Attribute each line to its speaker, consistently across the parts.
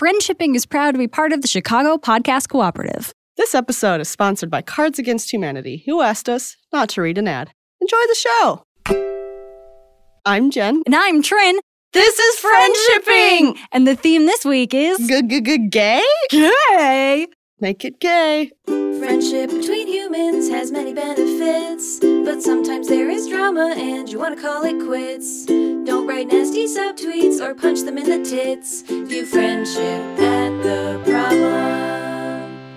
Speaker 1: Friendshipping is proud to be part of the Chicago Podcast Cooperative.
Speaker 2: This episode is sponsored by Cards Against Humanity, who asked us not to read an ad. Enjoy the show. I'm Jen.
Speaker 1: And I'm Trin.
Speaker 2: This is friendshipping.
Speaker 1: And the theme this week is
Speaker 2: Good, good, good, gay?
Speaker 1: gay.
Speaker 2: Make it gay.
Speaker 3: Friendship between humans has many benefits, but sometimes there is drama and you want to call it quits. Don't write nasty subtweets or punch them in the tits. View friendship at the problem.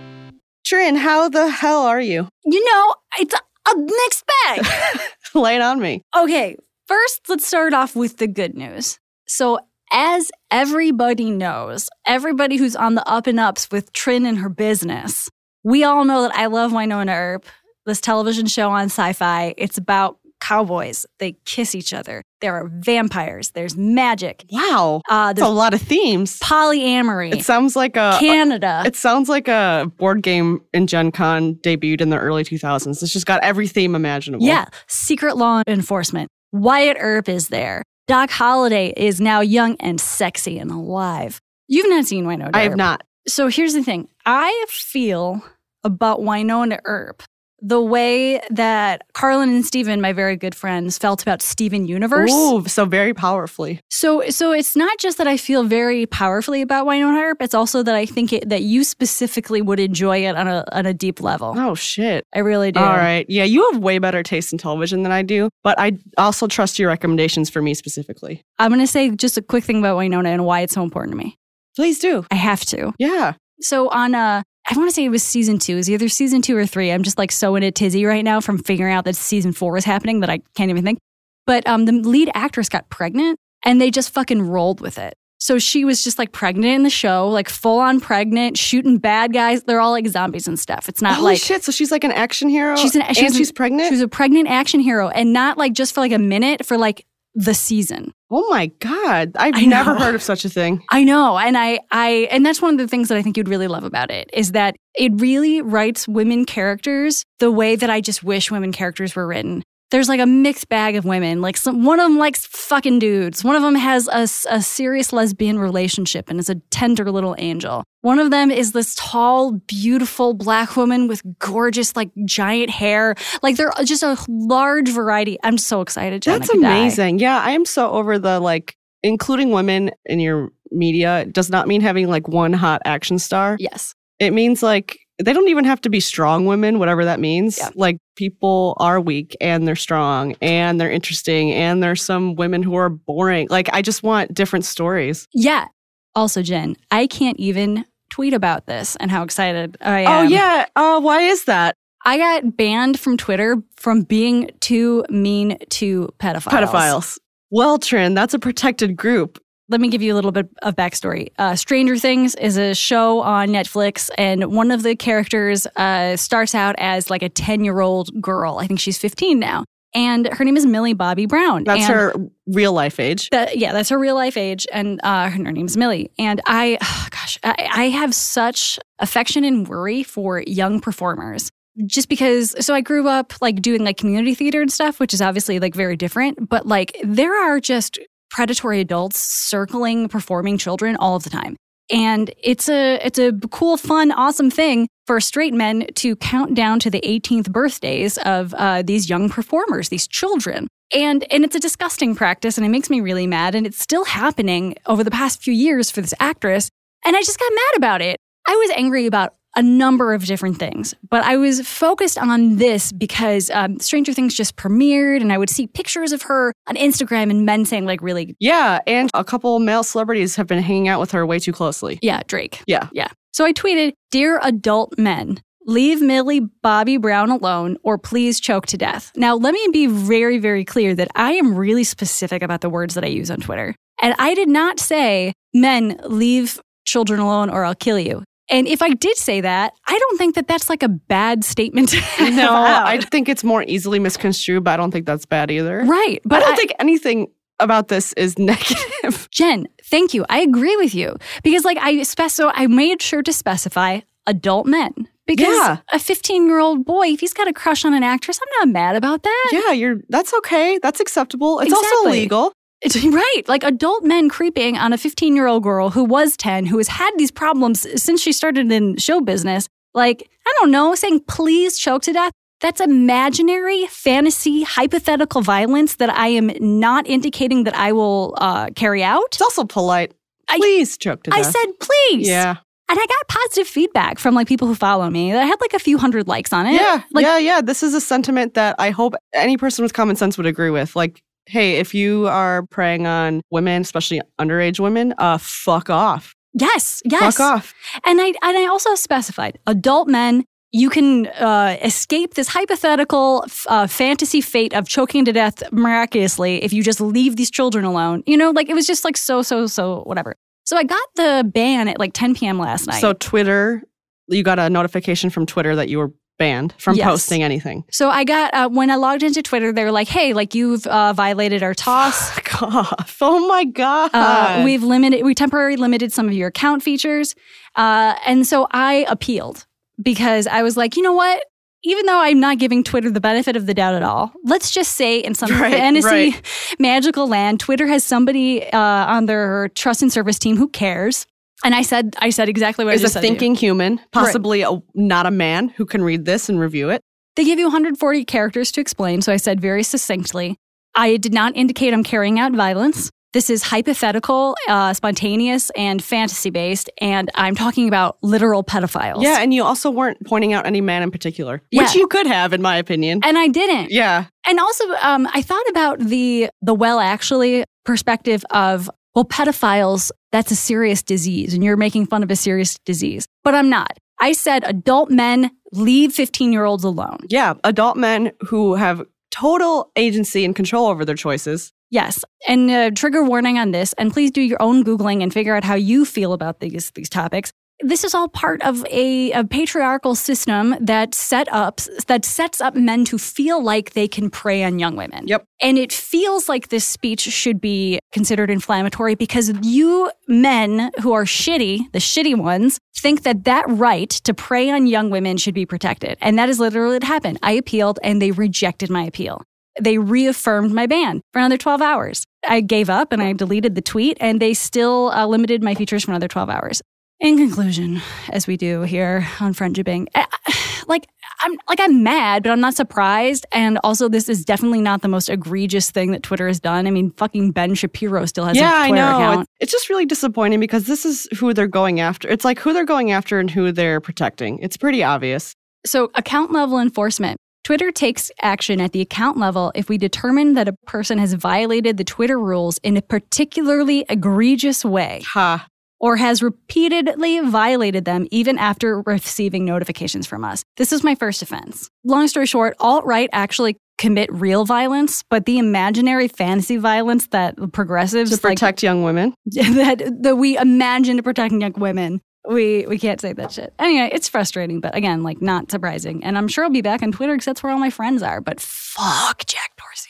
Speaker 2: Trin, how the hell are you?
Speaker 1: You know, it's a mixed bag.
Speaker 2: Lay it on me.
Speaker 1: Okay, first, let's start off with the good news. So, as everybody knows, everybody who's on the up and ups with Trin and her business, we all know that I love Winona Earp, this television show on sci fi. It's about cowboys. They kiss each other. There are vampires. There's magic.
Speaker 2: Wow.
Speaker 1: Uh,
Speaker 2: That's a
Speaker 1: there's
Speaker 2: lot of themes.
Speaker 1: polyamory.
Speaker 2: It sounds like a. uh,
Speaker 1: Canada.
Speaker 2: It sounds like a board game in Gen Con debuted in the early 2000s. It's just got every theme imaginable.
Speaker 1: Yeah, secret law enforcement. Wyatt Earp is there. Doc Holliday is now young and sexy and alive. You've not seen Winona Earp.
Speaker 2: I have not.
Speaker 1: So here's the thing I feel about Winona Earp the way that Carlin and Steven, my very good friends, felt about Steven Universe.
Speaker 2: Ooh, so very powerfully.
Speaker 1: So, so it's not just that I feel very powerfully about Winona Earp. It's also that I think it, that you specifically would enjoy it on a on a deep level.
Speaker 2: Oh, shit.
Speaker 1: I really do.
Speaker 2: All right. Yeah, you have way better taste in television than I do, but I also trust your recommendations for me specifically.
Speaker 1: I'm going to say just a quick thing about Winona and why it's so important to me.
Speaker 2: Please do.
Speaker 1: I have to.
Speaker 2: Yeah.
Speaker 1: So on uh I want to say it was season two. It was either season two or three. I'm just like so in a tizzy right now from figuring out that season four is happening that I can't even think. But um, the lead actress got pregnant and they just fucking rolled with it. So she was just like pregnant in the show, like full on pregnant, shooting bad guys. They're all like zombies and stuff. It's not
Speaker 2: Holy
Speaker 1: like
Speaker 2: shit. So she's like an action hero.
Speaker 1: She's an-
Speaker 2: and
Speaker 1: she's an-
Speaker 2: she's pregnant.
Speaker 1: she was a pregnant action hero and not like just for like a minute for like the season.
Speaker 2: oh my god. I've
Speaker 1: I
Speaker 2: never
Speaker 1: know.
Speaker 2: heard of such a thing.
Speaker 1: I know, and I, I, and that's one of the things that I think you'd really love about it is that it really writes women characters the way that I just wish women characters were written. There's like a mixed bag of women. Like some, one of them likes fucking dudes. One of them has a, s- a serious lesbian relationship and is a tender little angel. One of them is this tall, beautiful black woman with gorgeous, like giant hair. Like they're just a large variety. I'm so excited. Jen, I
Speaker 2: That's
Speaker 1: could die.
Speaker 2: amazing. Yeah, I am so over the like including women in your media does not mean having like one hot action star.
Speaker 1: Yes.
Speaker 2: It means like they don't even have to be strong women, whatever that means.
Speaker 1: Yeah.
Speaker 2: Like people are weak and they're strong and they're interesting and there's some women who are boring. Like I just want different stories.
Speaker 1: Yeah. Also, Jen, I can't even tweet about this and how excited I am.
Speaker 2: Oh yeah. Uh, why is that?
Speaker 1: I got banned from Twitter from being too mean to pedophiles.
Speaker 2: Pedophiles. Well, Trin, that's a protected group.
Speaker 1: Let me give you a little bit of backstory. Uh, Stranger Things is a show on Netflix, and one of the characters uh, starts out as like a 10 year old girl. I think she's 15 now. And her name is Millie Bobby Brown.
Speaker 2: That's
Speaker 1: And-
Speaker 2: her real life age.
Speaker 1: That, yeah, that's her real life age, and uh, her name's Millie. And I, gosh, I, I have such affection and worry for young performers. Just because, so I grew up like doing like community theater and stuff, which is obviously like very different, but like there are just predatory adults circling performing children all of the time. And it's a it's a cool, fun, awesome thing for straight men to count down to the 18th birthdays of uh, these young performers, these children. And and it's a disgusting practice, and it makes me really mad. And it's still happening over the past few years for this actress. And I just got mad about it. I was angry about a number of different things, but I was focused on this because um, Stranger Things just premiered, and I would see pictures of her on Instagram and men saying like really,
Speaker 2: Yeah, and a couple male celebrities have been hanging out with her way too closely.
Speaker 1: yeah, Drake.
Speaker 2: Yeah.
Speaker 1: yeah. So I tweeted, "Dear adult men." Leave Millie Bobby Brown alone or please choke to death. Now, let me be very, very clear that I am really specific about the words that I use on Twitter. And I did not say, men, leave children alone or I'll kill you. And if I did say that, I don't think that that's like a bad statement. to have
Speaker 2: No,
Speaker 1: out.
Speaker 2: I think it's more easily misconstrued, but I don't think that's bad either.
Speaker 1: Right.
Speaker 2: I
Speaker 1: But
Speaker 2: don't
Speaker 1: I-
Speaker 2: think anything about this is negative.
Speaker 1: Jen, thank you. I agree with you because, like, I spec- so I made sure to specify adult men because
Speaker 2: Yeah.
Speaker 1: a 15 year old boy, if he's got a crush on an actress, I'm not mad about that.
Speaker 2: yeah, you're that's okay. That's acceptable. It's also
Speaker 1: Exactly.
Speaker 2: legal.
Speaker 1: It's right. Like adult men creeping on a 15 year old girl who was 10, who has had these problems since she started in show business. Like, I don't know, saying please choke to death. That's imaginary, fantasy, hypothetical violence that I am not indicating that I will uh, carry out.
Speaker 2: It's also polite. Please choke to
Speaker 1: I
Speaker 2: death.
Speaker 1: said please.
Speaker 2: yeah,
Speaker 1: And I got positive feedback from like people who follow me. I had like a few hundred likes on it.
Speaker 2: yeah,
Speaker 1: like-
Speaker 2: yeah, yeah. This is a sentiment that I hope any person with common sense would agree with. Like, hey, if you are preying on women, especially underage women, uh, fuck off,
Speaker 1: Yes. Yes.
Speaker 2: fuck off.
Speaker 1: And I and I also specified adult men. You can uh, escape this hypothetical f- uh, fantasy fate of choking to death miraculously if you just leave these children alone. You know, like it was just like so so so whatever. So I got the ban at like 10 p.m. last night.
Speaker 2: So Twitter, you got a notification from Twitter that you were banned from
Speaker 1: Yes.
Speaker 2: posting anything.
Speaker 1: so I got uh, when I logged into Twitter, they were like, "Hey, like you've uh, violated our toss."
Speaker 2: Fuck off. Oh my god.
Speaker 1: Uh, we've limited, we temporarily limited some of your account features. Uh, and so I appealed because I was like, you know what? Even though I'm not giving Twitter the benefit of the doubt at all, let's just say in some
Speaker 2: Right,
Speaker 1: fantasy
Speaker 2: right.
Speaker 1: magical land, Twitter has somebody uh, on their trust and service team who cares. And I said, I said exactly what I
Speaker 2: is a
Speaker 1: just said to you.
Speaker 2: thinking human, possibly a, not a man who can read this and review it.
Speaker 1: They give you 140 characters to explain, so I said very succinctly I did not indicate I'm carrying out violence. This is hypothetical, uh, spontaneous, and fantasy based, and I'm talking about literal pedophiles.
Speaker 2: Yeah, and you also weren't pointing out any man in particular, which
Speaker 1: Yeah.
Speaker 2: you could have, in my opinion.
Speaker 1: And I didn't.
Speaker 2: yeah,
Speaker 1: And also, um, I thought about the the well actually perspective of well, pedophiles. That's a serious disease, and you're making fun of a serious disease. But I'm not. I said adult men leave 15 year olds alone.
Speaker 2: yeah, adult men who have total agency and control over their choices.
Speaker 1: Yes, and uh, trigger warning on this, and please do your own googling and figure out how you feel about these these topics. This is all part of a, a patriarchal system that set up that sets up men to feel like they can prey on young women.
Speaker 2: Yep.
Speaker 1: and it feels like this speech should be considered inflammatory because you men who are shitty, the shitty ones, think that that right to prey on young women should be protected, and that is literally what happened. I appealed, and they rejected my appeal they reaffirmed my ban for another 12 hours. I gave up and I deleted the tweet, and they still uh, limited my features for another 12 hours. In conclusion, as we do here on Front Jibbing, I- I- like I'm like I'm mad, but I'm not surprised. And also, this is definitely not the most egregious thing that Twitter has done. I mean, fucking Ben Shapiro still has
Speaker 2: yeah,
Speaker 1: a
Speaker 2: I
Speaker 1: Twitter
Speaker 2: know.
Speaker 1: account.
Speaker 2: It's, it's just really disappointing because this is who they're going after. It's like who they're going after and who they're protecting. It's pretty obvious.
Speaker 1: So, account level enforcement. Twitter takes action at the account level if we determine that a person has violated the Twitter rules in a particularly egregious way.
Speaker 2: Ha.
Speaker 1: or has repeatedly violated them even after receiving notifications from us. This is my first offense. Long story short, alt right actually commit real violence, but the imaginary fantasy violence that progressives
Speaker 2: To protect young women.
Speaker 1: like, that that we imagine to protect young women. We we can't say that shit. Anyway, it's frustrating, but again, like not surprising. And I'm sure I'll be back on Twitter because that's where all my friends are. But fuck Jack Dorsey.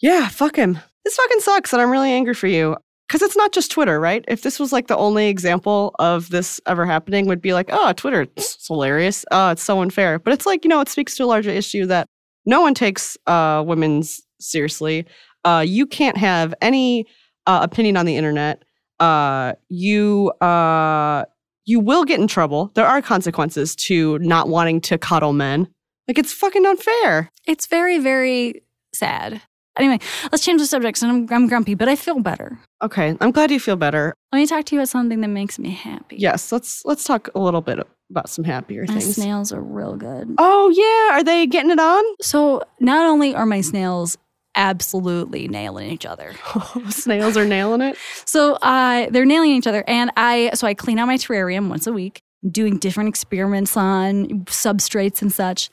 Speaker 2: Yeah, fuck him. This fucking sucks, and I'm really angry for you. Because it's not just Twitter, right? If this was like the only example of this ever happening, would be like, oh, Twitter, it's it's hilarious. Oh, it's so unfair. But it's like, you know, it speaks to a larger issue that no one takes uh, women's seriously. Uh, you can't have any uh, opinion on the internet. Uh, you uh, you will get in trouble. There are consequences to not wanting to coddle men. Like it's fucking unfair.
Speaker 1: It's very very sad. Anyway, let's change the subject. And I'm, I'm grumpy, but I feel better.
Speaker 2: Okay, I'm glad you feel better.
Speaker 1: Let me talk to you about something that makes me happy.
Speaker 2: Yes, let's let's talk a little bit about some happier
Speaker 1: My
Speaker 2: things.
Speaker 1: snails are real good.
Speaker 2: Oh yeah, are they getting it on?
Speaker 1: So not only are my snails absolutely nailing each other.
Speaker 2: Snails are nailing it.
Speaker 1: So uh, they're nailing each other, and I so I clean out my terrarium once a week, doing different experiments on substrates and such.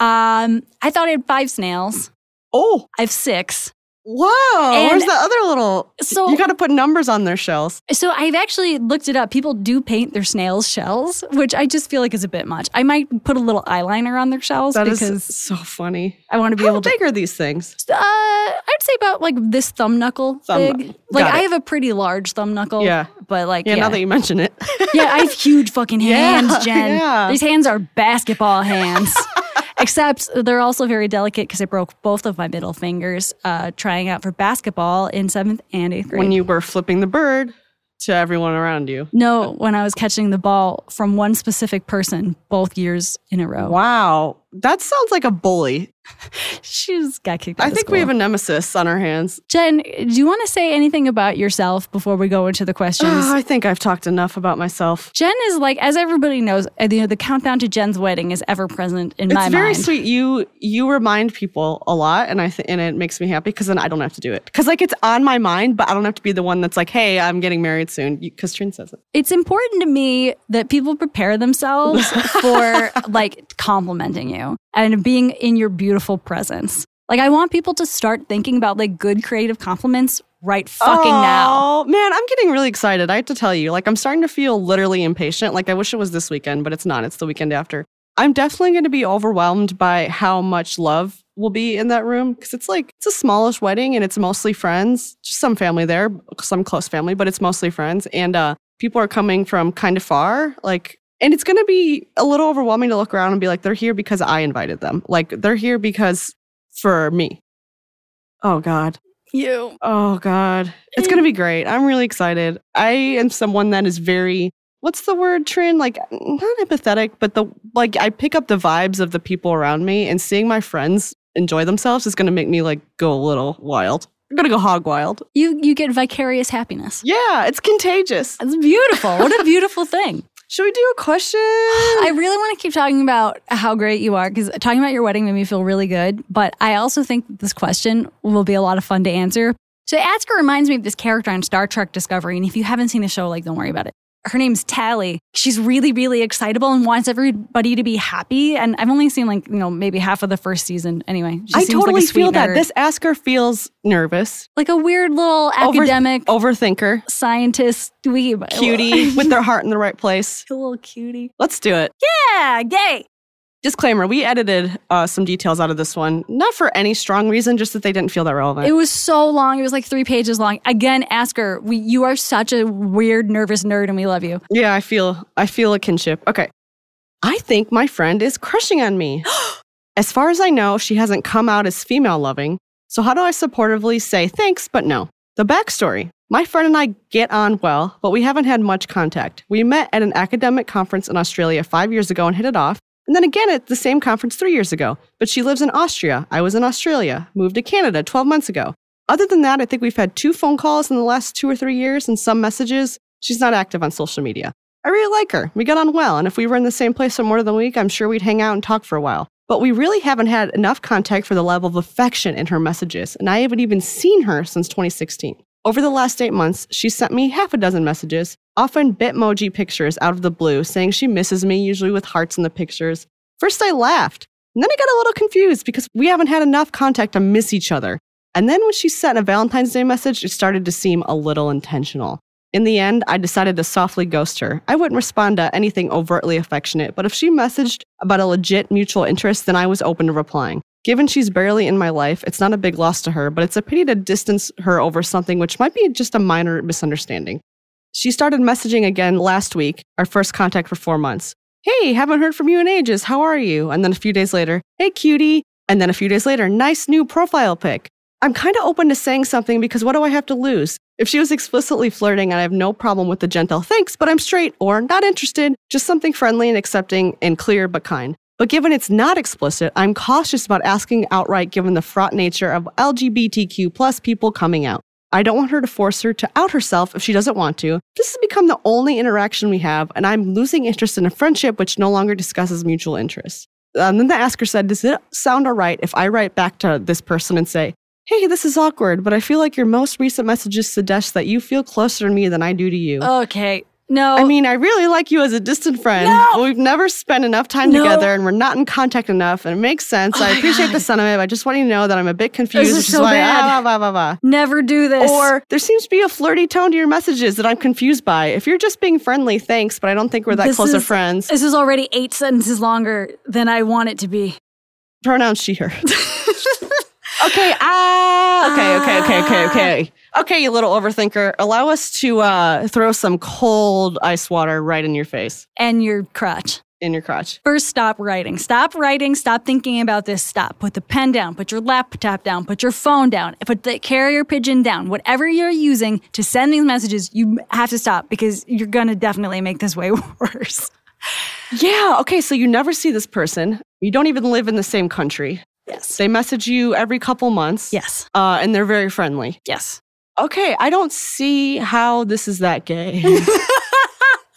Speaker 1: Um, I thought I had five snails.
Speaker 2: Oh,
Speaker 1: I have six.
Speaker 2: whoa!
Speaker 1: And-
Speaker 2: Where's the other little? Oh.
Speaker 1: So
Speaker 2: you got to put numbers on their shells.
Speaker 1: So I've actually looked it up. People do paint their snails shells, which I just feel like is a bit much. I might put a little eyeliner on their shells
Speaker 2: That is
Speaker 1: because
Speaker 2: so funny.
Speaker 1: I want to be
Speaker 2: How
Speaker 1: able to
Speaker 2: big are these things?
Speaker 1: Uh, I'd say about like this thumb knuckle
Speaker 2: Thumb
Speaker 1: big.
Speaker 2: knuckle.
Speaker 1: Like
Speaker 2: Got
Speaker 1: I
Speaker 2: it.
Speaker 1: have a pretty large thumb knuckle.
Speaker 2: Yeah.
Speaker 1: But like
Speaker 2: Yeah,
Speaker 1: yeah,
Speaker 2: now that you mention it.
Speaker 1: yeah I have huge fucking
Speaker 2: Yeah,
Speaker 1: hands, Jen.
Speaker 2: yeah.
Speaker 1: These hands are basketball hands. Except they're also very delicate because I broke both of my middle fingers uh, trying out for basketball in seventh and eighth grade.
Speaker 2: When you were flipping the bird to everyone around you.
Speaker 1: no, when I was catching the ball from one specific person both years in a row.
Speaker 2: Wow. That sounds like a bully.
Speaker 1: She's got kicked out
Speaker 2: I
Speaker 1: of
Speaker 2: think
Speaker 1: school.
Speaker 2: we have a nemesis on our hands.
Speaker 1: Jen, do you want to say anything about yourself before we go into the questions?
Speaker 2: Ah, I think I've talked enough about myself.
Speaker 1: Jen is like, as everybody knows, uh, you know, the countdown to Jen's wedding is ever present in my
Speaker 2: it's very
Speaker 1: mind.
Speaker 2: sweet. You you remind people a lot, and I th- and it makes me happy because then I don't have to do it. Because like it's on my mind, but I don't have to be the one that's like, "Hey, I'm getting married soon." Because Trin says it.
Speaker 1: It's important to me that people prepare themselves for like complimenting you and being in your beautiful presence. Like, I want people to start thinking about like good creative compliments right fucking now.
Speaker 2: Oh man, I'm getting really excited. I have to tell you, like I'm starting to feel literally impatient. Like I wish it was this weekend, but it's not. It's the weekend after. I'm definitely going to be overwhelmed by how much love will be in that room because it's like it's a smallish wedding and it's mostly friends, just some family there, some close family, but it's mostly friends and uh people are coming from kind of far, like and it's going to be a little overwhelming to look around and be like they're here because I invited them. Like they're here because for me. Oh god.
Speaker 1: You.
Speaker 2: Oh God. It's gonna be great. I'm really excited. I am someone that is very what's the word, Trin? Like not empathetic, but the like I pick up the vibes of the people around me and seeing my friends enjoy themselves is gonna make me like go a little wild. I'm gonna go hog wild.
Speaker 1: You, you get vicarious happiness.
Speaker 2: Yeah, it's contagious.
Speaker 1: It's beautiful. What a beautiful thing.
Speaker 2: Should we do a question?
Speaker 1: I really want to keep talking about how great you are because talking about your wedding made me feel really good. But I also think that this question will be a lot of fun to answer. So Atsuka reminds me of this character on Star Trek Discovery. And if you haven't seen the show, like, don't worry about it. Her name's Tally. She's really, really excitable and wants everybody to be happy. And I've only seen like, you know, maybe half of the first season. Anyway, she
Speaker 2: I
Speaker 1: seems
Speaker 2: totally
Speaker 1: like a sweet
Speaker 2: feel that.
Speaker 1: nerd.
Speaker 2: This asker feels nervous.
Speaker 1: like a weird little
Speaker 2: Over-
Speaker 1: academic
Speaker 2: Overthinker.
Speaker 1: scientist dweeb,
Speaker 2: Cutie with their heart in the right place.
Speaker 1: a little cutie.
Speaker 2: Let's do it.
Speaker 1: Yeah, gay.
Speaker 2: Disclaimer: We edited uh, some details out of this one, not for any strong reason, just that they didn't feel that relevant.
Speaker 1: It was so long. It was like three pages long. Again, ask her. We, you are such a weird, nervous nerd, and we love you.
Speaker 2: yeah, I feel I feel a kinship. Okay, I think my friend is crushing on me. as far as I know, she hasn't come out as female loving. So how do I supportively say thanks, but no? The backstory: My friend and I get on well, but we haven't had much contact. We met at an academic conference in Australia five years ago and hit it off. And then again at the same conference three years ago. But she lives in Austria. I was in Australia. Moved to Canada 12 months ago. Other than that, I think we've had two phone calls in the last two or three years and some messages. She's not active on social media. I really like her. We got on well, and if we were in the same place for more than a week, I'm sure we'd hang out and talk for a while. But we really haven't had enough contact for the level of affection in her messages, and I haven't even seen her since 2016. Over the last eight months, she sent me half a dozen messages, often Bitmoji pictures out of the blue, saying she misses me, usually with hearts in the pictures. First, I laughed, and then I got a little confused because we haven't had enough contact to miss each other. And then when she sent a Valentine's Day message, it started to seem a little intentional. In the end, I decided to softly ghost her. I wouldn't respond to anything overtly affectionate, but if she messaged about a legit mutual interest, then I was open to replying. Given she's barely in my life, it's not a big loss to her, but it's a pity to distance her over something which might be just a minor misunderstanding. She started messaging again last week, our first contact for four months. Hey, haven't heard from you in ages. How are you? And then a few days later, hey, cutie. And then a few days later, nice new profile pic. I'm kind of open to saying something because what do I have to lose? If she was explicitly flirting, I have no problem with the gentle thanks, but I'm straight or not interested, just something friendly and accepting and clear but kind. But given it's not explicit, I'm cautious about asking outright given the fraught nature of LGBTQ plus people coming out. I don't want her to force her to out herself if she doesn't want to. This has become the only interaction we have, and I'm losing interest in a friendship which no longer discusses mutual interests. And then the asker said, Does it sound all right if I write back to this person and say, Hey, this is awkward, but I feel like your most recent messages suggest that you feel closer to me than I do to you.
Speaker 1: Okay. No.
Speaker 2: I mean, I really like you as a distant friend,
Speaker 1: No.
Speaker 2: but we've never spent enough time
Speaker 1: No. Oh
Speaker 2: together and we're not in contact enough. And it makes sense. I appreciate the sentiment, but I just want you to know that I'm a bit confused.
Speaker 1: is
Speaker 2: which
Speaker 1: so
Speaker 2: why-
Speaker 1: bad.
Speaker 2: ah, blah, blah, blah, blah.
Speaker 1: never do this.
Speaker 2: Or there seems to be a flirty tone to your messages that I'm confused by. If you're just being friendly, thanks, but I don't think we're that
Speaker 1: This
Speaker 2: close
Speaker 1: is-
Speaker 2: of friends.
Speaker 1: this is already eight sentences longer than I want it to be.
Speaker 2: Pronounce she, her. okay. Ah. Okay. Okay. Okay. Okay. Okay. Okay. You little overthinker. Allow us to uh, throw some cold ice water right in your face
Speaker 1: And your crotch.
Speaker 2: in your crotch.
Speaker 1: First, stop writing. Stop writing. Stop thinking about this. Stop. Put the pen down. Put your laptop down. Put your phone down. Put the carrier pigeon down. Whatever you're using to send these messages, you have to stop because you're going to definitely make this way worse.
Speaker 2: Yeah. Okay. So you never see this person. You don't even live in the same country.
Speaker 1: Yes.
Speaker 2: They message you every couple months.
Speaker 1: Yes.
Speaker 2: Uh, and they're very friendly.
Speaker 1: Yes.
Speaker 2: Okay. I don't see how this is that gay.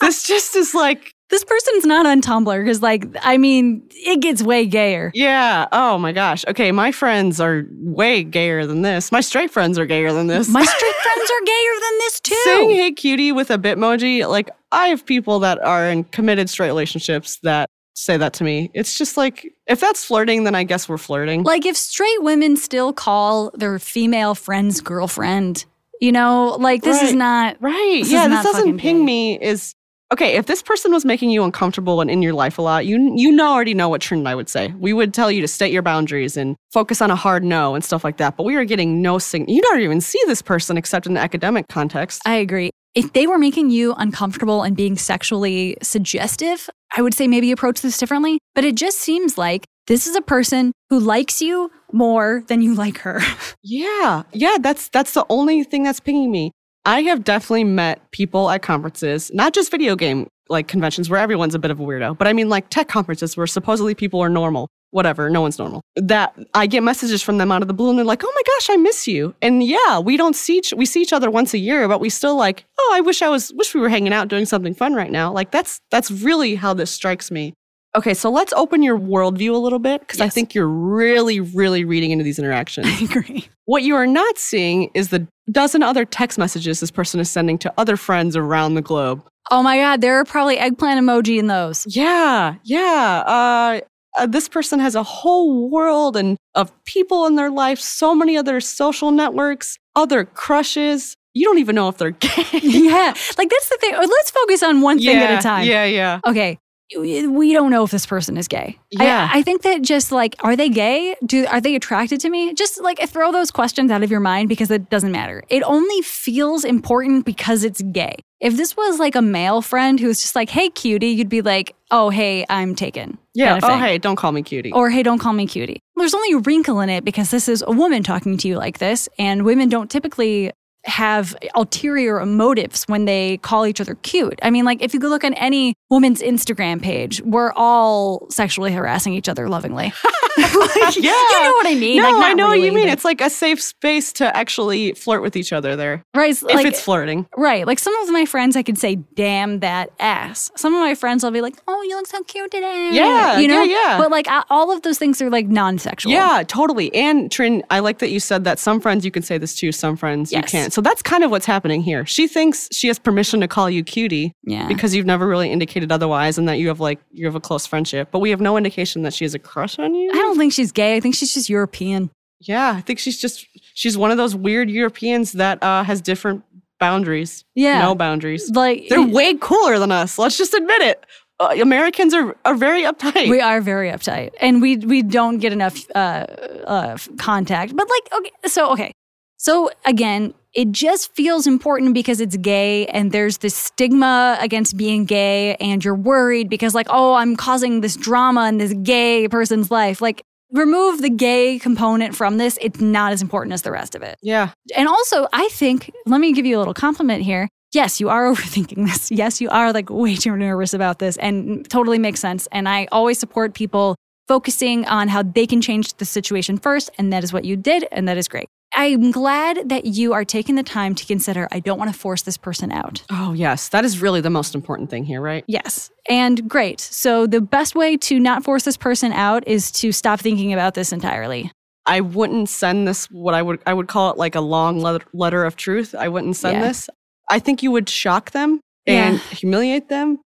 Speaker 2: this just is like,
Speaker 1: This person's not on Tumblr because, like, I mean, it gets way gayer.
Speaker 2: yeah. Oh my gosh. Okay. My friends are way gayer than this. My straight friends are gayer than this.
Speaker 1: My straight friends are gayer than this too.
Speaker 2: Saying hey cutie with a bitmoji, like I have people that are in committed straight relationships that say that to me. It's just like if that's flirting, then I guess we're flirting.
Speaker 1: Like if straight women still call their female friend's girlfriend, you know, like this is
Speaker 2: Right.
Speaker 1: not
Speaker 2: right.
Speaker 1: This
Speaker 2: yeah,
Speaker 1: is
Speaker 2: this
Speaker 1: not
Speaker 2: doesn't
Speaker 1: fucking
Speaker 2: ping
Speaker 1: gay.
Speaker 2: me is okay, if this person was making you uncomfortable and in your life a lot, you you know already know what Trin and I would say. We would tell you to state your boundaries and focus on a hard no and stuff like that. But we are getting no sign you don't even see this person except in the academic context.
Speaker 1: I agree. If they were making you uncomfortable and being sexually suggestive, I would say maybe approach this differently. But it just seems like this is a person who likes you more than you like her.
Speaker 2: Yeah. Yeah, that's that's the only thing that's pinging me. I have definitely met people at conferences, not just video game like conventions where everyone's a bit of a weirdo, but I mean like tech conferences where supposedly people are normal, whatever, no one's normal. That I get messages from them out of the blue and they're like, "Oh my gosh, I miss you." And yeah, we don't see each, we see each other once a year, but we still like, "Oh, I wish I was wish we were hanging out doing something fun right now." Like that's that's really how this strikes me. Okay, so let's open your worldview a little bit because I
Speaker 1: Yes.
Speaker 2: think you're really, really reading into these interactions.
Speaker 1: I agree.
Speaker 2: What you are not seeing is the dozen other text messages this person is sending to other friends around the globe.
Speaker 1: Oh my God, there are probably eggplant emoji in those.
Speaker 2: Yeah, yeah. Uh, uh, this person has a whole world and of people in their life, so many other social networks, other crushes. You don't even know if they're gay.
Speaker 1: yeah. Like that's the thing. Let's focus on one thing at a time.
Speaker 2: Yeah, yeah.
Speaker 1: okay we don't know if this person is gay I-
Speaker 2: Yeah.
Speaker 1: I, think that just like are they gay do are they attracted to me just like throw those questions out of your mind because it doesn't matter it only feels important because it's gay if this was like a male friend who was just like hey cutie you'd be like oh hey i'm taken
Speaker 2: Yeah.
Speaker 1: kind of
Speaker 2: Oh,
Speaker 1: thing.
Speaker 2: hey, don't call me cutie.
Speaker 1: or hey don't call me cutie there's only a wrinkle in it because this is a woman talking to you like this and women don't typically have ulterior motives when they call each other cute. I mean, like if you go look on any woman's Instagram page, we're all sexually harassing each other lovingly. Like, You
Speaker 2: Yeah.
Speaker 1: know what I mean?
Speaker 2: no,
Speaker 1: Like, not
Speaker 2: I know what
Speaker 1: really,
Speaker 2: you mean.
Speaker 1: but-
Speaker 2: It's like a safe space to actually flirt with each other there,
Speaker 1: right. it's
Speaker 2: if
Speaker 1: like,
Speaker 2: it's flirting.
Speaker 1: right. Like some of my friends, I could say, damn that ass. Some of my friends, I'll be like, oh, you look so cute today.
Speaker 2: Yeah,
Speaker 1: You know?
Speaker 2: yeah, yeah.
Speaker 1: But like I, all of those things are like non sexual.
Speaker 2: Yeah, totally. And Trin, I like that you said that some friends you can say this to, some friends you
Speaker 1: Yes.
Speaker 2: can't. So that's kind of what's happening here. She thinks she has permission to call you cutie
Speaker 1: Yeah.
Speaker 2: because you've never really indicated otherwise and that you have like you have a close friendship, but we have no indication that she has a crush on you.
Speaker 1: I don't think she's gay. I think she's just European.
Speaker 2: yeah, I think she's just she's one of those weird Europeans that uh, has different boundaries.
Speaker 1: Yeah.
Speaker 2: No boundaries.
Speaker 1: Like
Speaker 2: They're way cooler than us. Let's just admit it. Uh, Americans are are very uptight.
Speaker 1: we are very uptight, and we we don't get enough uh, uh, contact. But like, okay, so okay, so again, it just feels important because it's gay, and there's this stigma against being gay, and you're worried because like, oh, I'm causing this drama in this gay person's life, like. Remove the gay component from this, it's not as important as the rest of it.
Speaker 2: yeah.
Speaker 1: And also, I think, let me give you a little compliment here. Yes, you are overthinking this. Yes, you are like way too nervous about this and totally makes sense. And I always support people focusing on how they can change the situation first. And that is what you did. And that is great. I'm glad that you are taking the time to consider I don't want to force this person out.
Speaker 2: Oh, yes. That is really the most important thing here, right?
Speaker 1: Yes. And great. So the best way to not force this person out is to stop thinking about this entirely.
Speaker 2: I wouldn't send this what I would I would call it like a long let- letter of truth. I wouldn't send
Speaker 1: Yeah.
Speaker 2: this. I think you would shock them and humiliate them.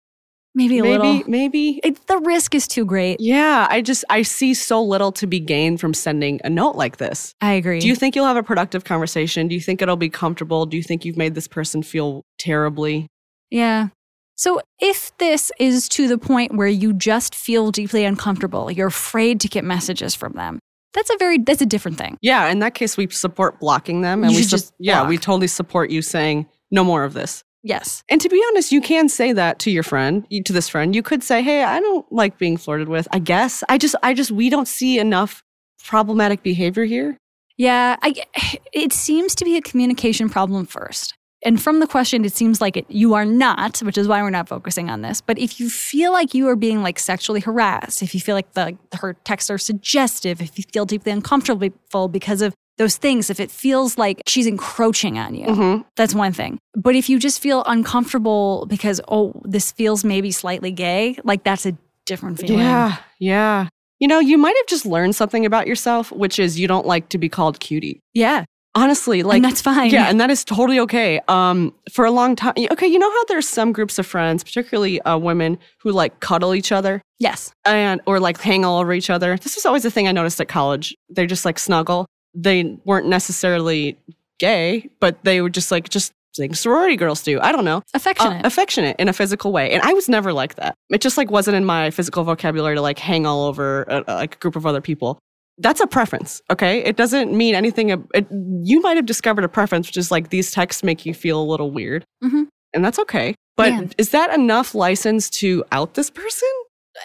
Speaker 1: Maybe a
Speaker 2: maybe
Speaker 1: little.
Speaker 2: maybe.
Speaker 1: It, the risk is too great.
Speaker 2: Yeah, I just I see so little to be gained from sending a note like this.
Speaker 1: I agree.
Speaker 2: Do you think you'll have a productive conversation? Do you think it'll be comfortable? Do you think you've made this person feel terribly?
Speaker 1: Yeah. So if this is to the point where you just feel deeply uncomfortable, you're afraid to get messages from them. That's a very that's a different thing.
Speaker 2: Yeah, in that case we support blocking them and
Speaker 1: You
Speaker 2: we
Speaker 1: should
Speaker 2: sup-
Speaker 1: just
Speaker 2: yeah,
Speaker 1: block.
Speaker 2: we totally support you saying no more of this.
Speaker 1: Yes.
Speaker 2: And to be honest, you can say that to your friend, you- to this friend. You could say, "Hey, I don't like being flirted with. I guess I just, I just, we don't see enough problematic behavior here."
Speaker 1: Yeah, I, it seems to be a communication problem first. And from the question, it seems like it, you are not, which is why we're not focusing on this. But if you feel like you are being like sexually harassed, if you feel like the her texts are suggestive, if you feel deeply uncomfortable because of those things, if it feels like she's encroaching on you,
Speaker 2: Mm-hmm.
Speaker 1: that's one thing. But if you just feel uncomfortable because oh, this feels maybe slightly gay, like that's a different feeling.
Speaker 2: Yeah, yeah. You know, you might have just learned something about yourself, which is you don't like to be called cutie.
Speaker 1: yeah,
Speaker 2: Honestly,
Speaker 1: like
Speaker 2: like
Speaker 1: that's fine.
Speaker 2: Yeah, and that is totally okay. Um, for a long time, okay, you know how there's some groups of friends, particularly uh, women, who like cuddle each other
Speaker 1: yes,
Speaker 2: and or like hang all over each other. This was always a thing I noticed at college. They just like snuggle. They weren't necessarily gay, but they were just like just things sorority girls do. I don't know,
Speaker 1: affectionate.
Speaker 2: Uh, affectionate in a physical way. And I was never like that. It just like wasn't in my physical vocabulary to like hang all over a, a- like a group of other people. That's a preference, okay? It doesn't mean anything. ab- It, you might have discovered a preference, which is like these texts make you feel a little weird,
Speaker 1: Mhm.
Speaker 2: and that's okay. But
Speaker 1: Yeah.
Speaker 2: is that enough license to out this person?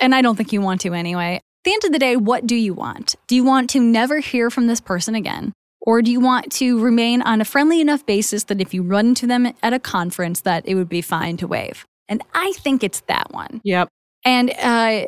Speaker 1: and I don't think you want to anyway. At the end of the day, what do you want? Do you want to never hear from this person again? Or do you want to remain on a friendly enough basis that if you run into them at a conference that it would be fine to wave? And I think it's that one.
Speaker 2: Yep.
Speaker 1: And uh,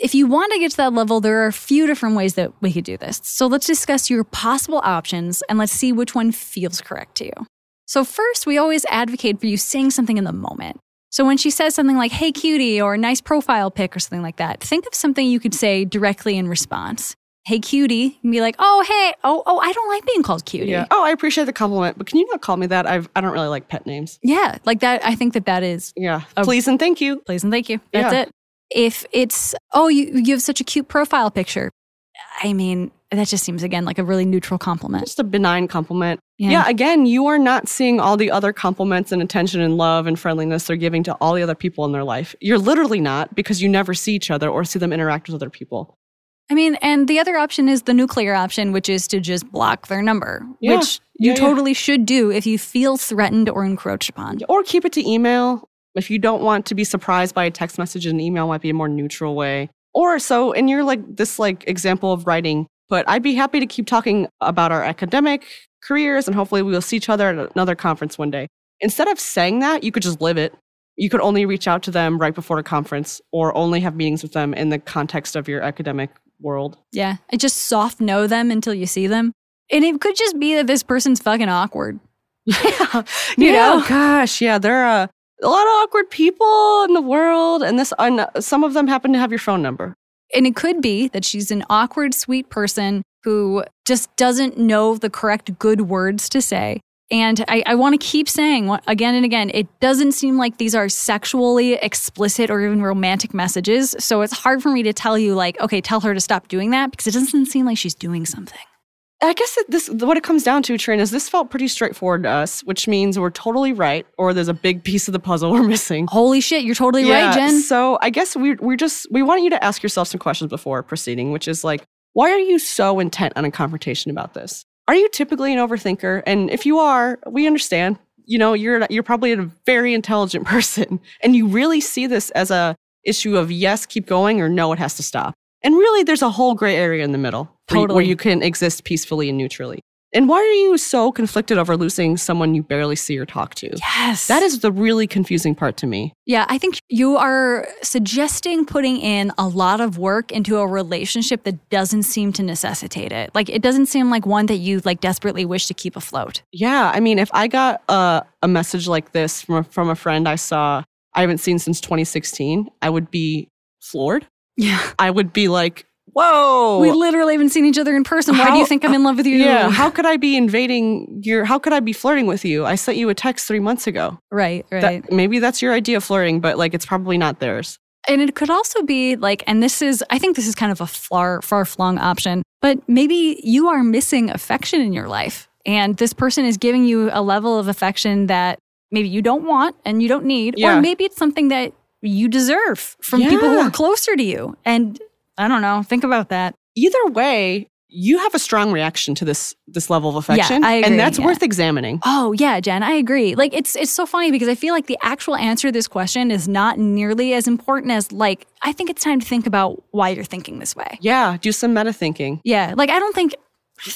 Speaker 1: if you want to get to that level, there are a few different ways that we could do this. So let's discuss your possible options and let's see which one feels correct to you. So, first, we always advocate for you saying something in the moment. So, when she says something like, hey, cutie, or nice profile pic, or something like that, think of something you could say directly in response. Hey, cutie, and be like, oh, hey, oh, oh, I don't like being called cutie.
Speaker 2: Yeah. Oh, I appreciate the compliment, but can you not call me that? I've I don't really like pet names. Uh,
Speaker 1: Yeah, like that. I think that that is
Speaker 2: Yeah.
Speaker 1: Oh.
Speaker 2: Please and thank you.
Speaker 1: please and thank you. That's
Speaker 2: Yeah.
Speaker 1: it. If it's oh you you have such a cute profile picture, I mean that just seems again like a really neutral compliment.
Speaker 2: Just a benign compliment. Yeah. again, you are not seeing all the other compliments and attention and love and friendliness they're giving to all the other people in their life. You're literally not because you never see each other or see them interact with other people.
Speaker 1: I mean, and the other option is the nuclear option, which is to just block their number,
Speaker 2: Yeah.
Speaker 1: which you
Speaker 2: Yeah, yeah.
Speaker 1: totally should do if you feel threatened or encroached upon.
Speaker 2: Or keep it to email. If you don't want to be surprised by a text message, an email might be a more neutral way. Or so in your like this like example of writing, but I'd be happy to keep talking about our academic careers and hopefully we will see each other at another conference one day. Instead of saying that, you could just live it. You could only reach out to them right before a conference or only have meetings with them in the context of your academic world.
Speaker 1: Yeah, I just soft know them until you see them, and it could just be that this person's fucking awkward.
Speaker 2: Yeah. You know, gosh, yeah, there are a, a lot of awkward people in the world and this and some of them happen to have your phone number.
Speaker 1: And it could be that she's an awkward, sweet person who just doesn't know the correct good words to say. And I, I want to keep saying wa- again and again, it doesn't seem like these are sexually explicit or even romantic messages. So it's hard for me to tell you, like, okay, tell her to stop doing that because it doesn't seem like she's doing something.
Speaker 2: I guess that this what it comes down to, Trin, is this felt pretty straightforward to us, which means we're totally right, or there's a big piece of the puzzle we're missing.
Speaker 1: Holy shit, you're totally right,
Speaker 2: Yeah,
Speaker 1: Jen.
Speaker 2: So I guess we we're just we want you to ask yourself some questions before proceeding, which is like, why are you so intent on a confrontation about this? Are you typically an overthinker? And if you are, we understand. You know, you're you're probably a very intelligent person, and you really see this as a issue of yes, keep going, or no, it has to stop. And really, there's a whole gray area in the middle where you- where
Speaker 1: Totally.
Speaker 2: you can exist peacefully and neutrally. And why are you so conflicted over losing someone you barely see or talk to?
Speaker 1: Yes.
Speaker 2: That is the really confusing part to me.
Speaker 1: Yeah, I think you are suggesting putting in a lot of work into a relationship that doesn't seem to necessitate it. Like it doesn't seem like one that you like desperately wish to keep afloat.
Speaker 2: Yeah, I mean, if I got a, a message like this from a, from a friend I saw I haven't seen since 2016, I would be floored.
Speaker 1: Yeah.
Speaker 2: I would be like, "Whoa!"
Speaker 1: We literally haven't seen each other in person. Why do you
Speaker 2: How-
Speaker 1: think I'm in love with you?
Speaker 2: yeah, how could I be invading your? How could I be flirting with you? I sent you a text three months ago.
Speaker 1: Right,
Speaker 2: That-
Speaker 1: right.
Speaker 2: maybe that's your idea of flirting, but like it's probably not theirs.
Speaker 1: and it could also be like, and this is, I think this is kind of a far, far flung option, but maybe you are missing affection in your life. And this person is giving you a level of affection that maybe you don't want and you don't need.
Speaker 2: Yeah.
Speaker 1: Or maybe it's something that you deserve from people who
Speaker 2: Yeah.
Speaker 1: are closer to you. And I don't know, think about that.
Speaker 2: Either way, You have a strong reaction to this this level of affection,
Speaker 1: I agree,
Speaker 2: and that's
Speaker 1: yeah.
Speaker 2: worth examining.
Speaker 1: Oh yeah, Jen, I agree. Like it's it's so funny because I feel like the actual answer to this question is not nearly as important as like I think it's time to think about why you're thinking this way.
Speaker 2: Yeah, do some meta thinking.
Speaker 1: Yeah, like I don't think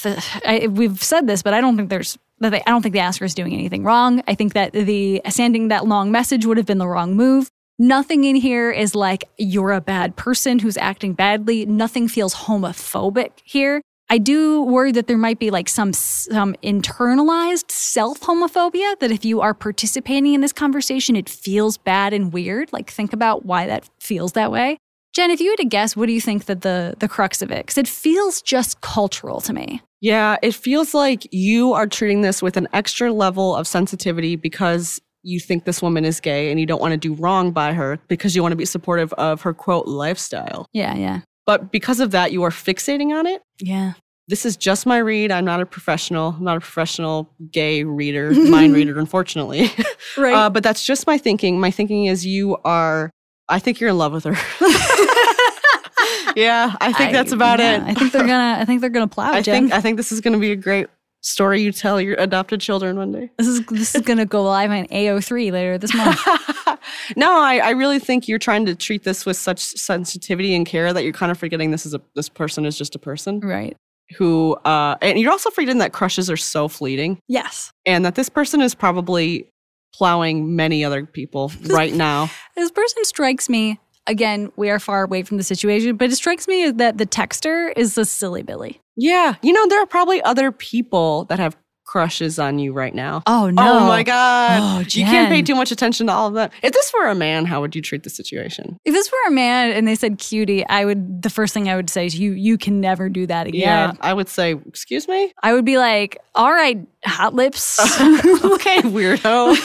Speaker 1: I, we've said this, but I don't think there's. that they- I don't think the asker is doing anything wrong. I think that the sending that long message would have been the wrong move. Nothing in here is like you're a bad person who's acting badly. Nothing feels homophobic here. I do worry that there might be like some some internalized self homophobia that if you are participating in this conversation, it feels bad and weird. Like think about why that feels that way. Jen, if you had to guess, what do you think that the the crux of it? Because it feels just cultural to me.
Speaker 2: Yeah, it feels like you are treating this with an extra level of sensitivity because you think this woman is gay and you don't want to do wrong by her because you want to be supportive of her quote lifestyle.
Speaker 1: Yeah, yeah,
Speaker 2: But because of that, you are fixating on it.
Speaker 1: yeah.
Speaker 2: This is just my read. I'm not a professional. I'm not a professional gay reader, mind reader, unfortunately.
Speaker 1: Right.
Speaker 2: Uh, but that's just my thinking. My thinking is you are, I think you're in love with her. yeah, I think that's about
Speaker 1: yeah,
Speaker 2: it.
Speaker 1: I think they're gonna. I think they're gonna plow,
Speaker 2: I
Speaker 1: Jen.
Speaker 2: think I think this is going to be a great story you tell your adopted children one day.
Speaker 1: this is this is gonna go live on AO3 later this month.
Speaker 2: no, I, I really think you're trying to treat this with such sensitivity and care that you're kind of forgetting this is a this person is just a person
Speaker 1: right.
Speaker 2: who uh and you're also forgetting that crushes are so fleeting
Speaker 1: Yes.
Speaker 2: and that this person is probably plowing many other people right now.
Speaker 1: This person strikes me. Again, we are far away from the situation, but it strikes me that the texter is a silly Billy.
Speaker 2: Yeah. You know, there are probably other people that have crushes on you right now.
Speaker 1: Oh no!
Speaker 2: Oh my God.
Speaker 1: Oh,
Speaker 2: you can't pay
Speaker 1: Jen.
Speaker 2: too much attention to all of that. If this were a man, how would you treat the situation?
Speaker 1: If this were a man and they said cutie, I would. The first thing I would say is you. You can never do that again.
Speaker 2: Yeah. I would say, excuse me?
Speaker 1: I would be like, all right, hot lips.
Speaker 2: Okay, weirdo.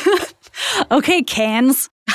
Speaker 1: okay, cans.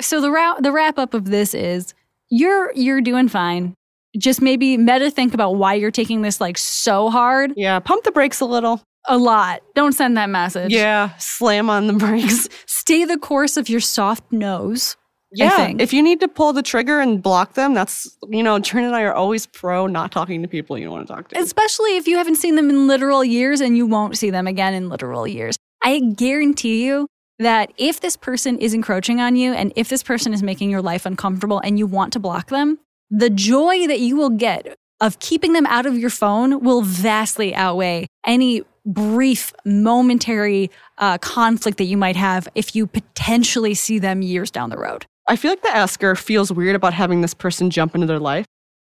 Speaker 1: so the ra- the wrap up of this is you're you're doing fine. Just maybe meta think about why you're taking this like so hard.
Speaker 2: yeah. Pump the brakes a little.
Speaker 1: A lot. Don't send that message.
Speaker 2: Yeah. Slam on the brakes.
Speaker 1: Stay the course of your soft nose.
Speaker 2: Yeah.
Speaker 1: think.
Speaker 2: If you need to pull the trigger and block them, that's, you know, Trin and I are always pro not talking to people you don't want to talk to.
Speaker 1: Especially if you haven't seen them in literal years and you won't see them again in literal years. I guarantee you that if this person is encroaching on you and if this person is making your life uncomfortable and you want to block them, the joy that you will get of keeping them out of your phone will vastly outweigh any brief, momentary uh, conflict that you might have if you potentially see them years down the road.
Speaker 2: I feel like the asker feels weird about having this person jump into their life.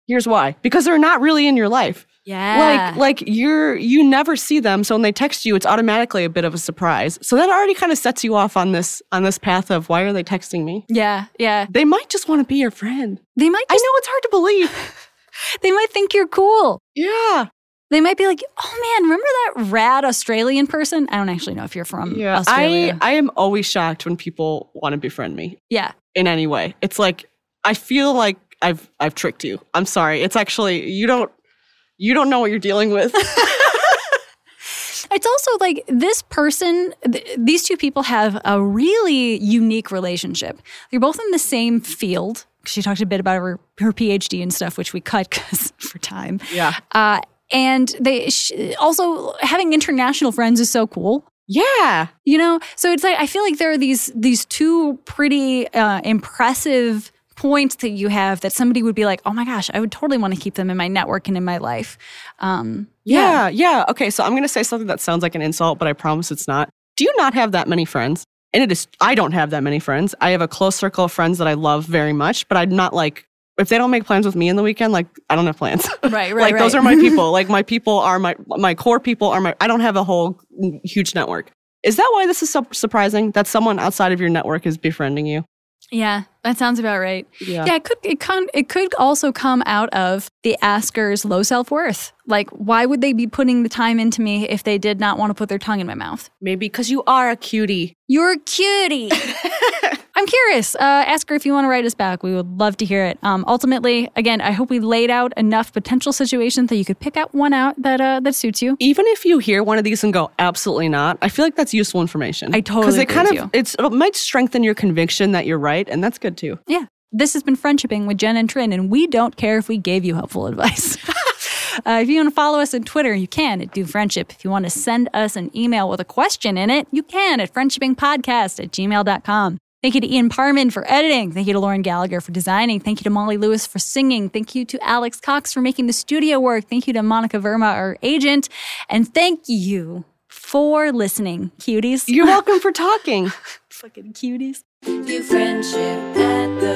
Speaker 2: Here's why. Because they're not really in your life.
Speaker 1: Yeah.
Speaker 2: Like like you're you never see them, so when they text you, it's automatically a bit of a surprise. So that already kind of sets you off on this on this path of why are they texting me?
Speaker 1: yeah, yeah.
Speaker 2: They might just want to be your friend.
Speaker 1: They might
Speaker 2: I
Speaker 1: just,
Speaker 2: know it's hard to believe.
Speaker 1: they might think you're cool.
Speaker 2: Yeah.
Speaker 1: They might be like, oh man, remember that rad Australian person? I don't actually know if you're from
Speaker 2: Yeah. I
Speaker 1: Australia.
Speaker 2: I am always shocked when people want to befriend me
Speaker 1: yeah.
Speaker 2: in any way. It's like I feel like I've I've tricked you. I'm sorry. It's actually you don't you don't know what you're dealing with.
Speaker 1: It's also like this person, th- these two people have a really unique relationship. They're both in the same field. She talked a bit about her, her PhD and stuff, which we cut 'cause- for time.
Speaker 2: yeah.
Speaker 1: Uh, and they sh- also having international friends is so cool.
Speaker 2: Yeah.
Speaker 1: you know so it's like i feel like there are these these two pretty uh, impressive points that you have that somebody would be like oh my gosh i would totally want to keep them in my network and in my life um
Speaker 2: Yeah, yeah. Okay, so I'm going to say something that sounds like an insult, but I promise it's not. Do you not have that many friends? And it is, I don't have that many friends. I have a close circle of friends that I love very much, but I'm not like, if they don't make plans with me in the weekend, like, I don't have plans.
Speaker 1: right right
Speaker 2: like, those are my people. Like, my people are my, my core people are my, I don't have a whole huge network. Is that why this is so surprising that someone outside of your network is befriending you?
Speaker 1: yeah that sounds about right
Speaker 2: Yeah.
Speaker 1: yeah it could it con- it could also come out of the asker's low self-worth like why would they be putting the time into me if they did not want to put their tongue in my mouth
Speaker 2: Maybe because you are a cutie.
Speaker 1: You're a cutie. I'm curious. Uh, ask her if you want to write us back. We would love to hear it. Um, ultimately, again, I hope we laid out enough potential situations that you could pick out one out that uh, that suits you.
Speaker 2: even if you hear one of these and go absolutely not i feel like that's useful information
Speaker 1: I totally
Speaker 2: it
Speaker 1: agree
Speaker 2: kind
Speaker 1: with
Speaker 2: of
Speaker 1: you.
Speaker 2: it's it might strengthen your conviction that you're right and that's good too
Speaker 1: Yeah. This has been Friendshipping with Jen and Trin, and we don't care if we gave you helpful advice. Uh, if you want to follow us on Twitter, you can at Do Friendship. If you want to send us an email with a question in it, you can at friendshipingpodcast at gmail.com. Thank you to Ian Parman for editing. Thank you to Lauren Gallagher for designing. Thank you to Molly Lewis for singing. Thank you to Alex Cox for making the studio work. Thank you to Monica Verma, our agent. And thank you for listening, cuties.
Speaker 2: You're welcome for talking.
Speaker 1: fucking cuties.
Speaker 3: View friendship at the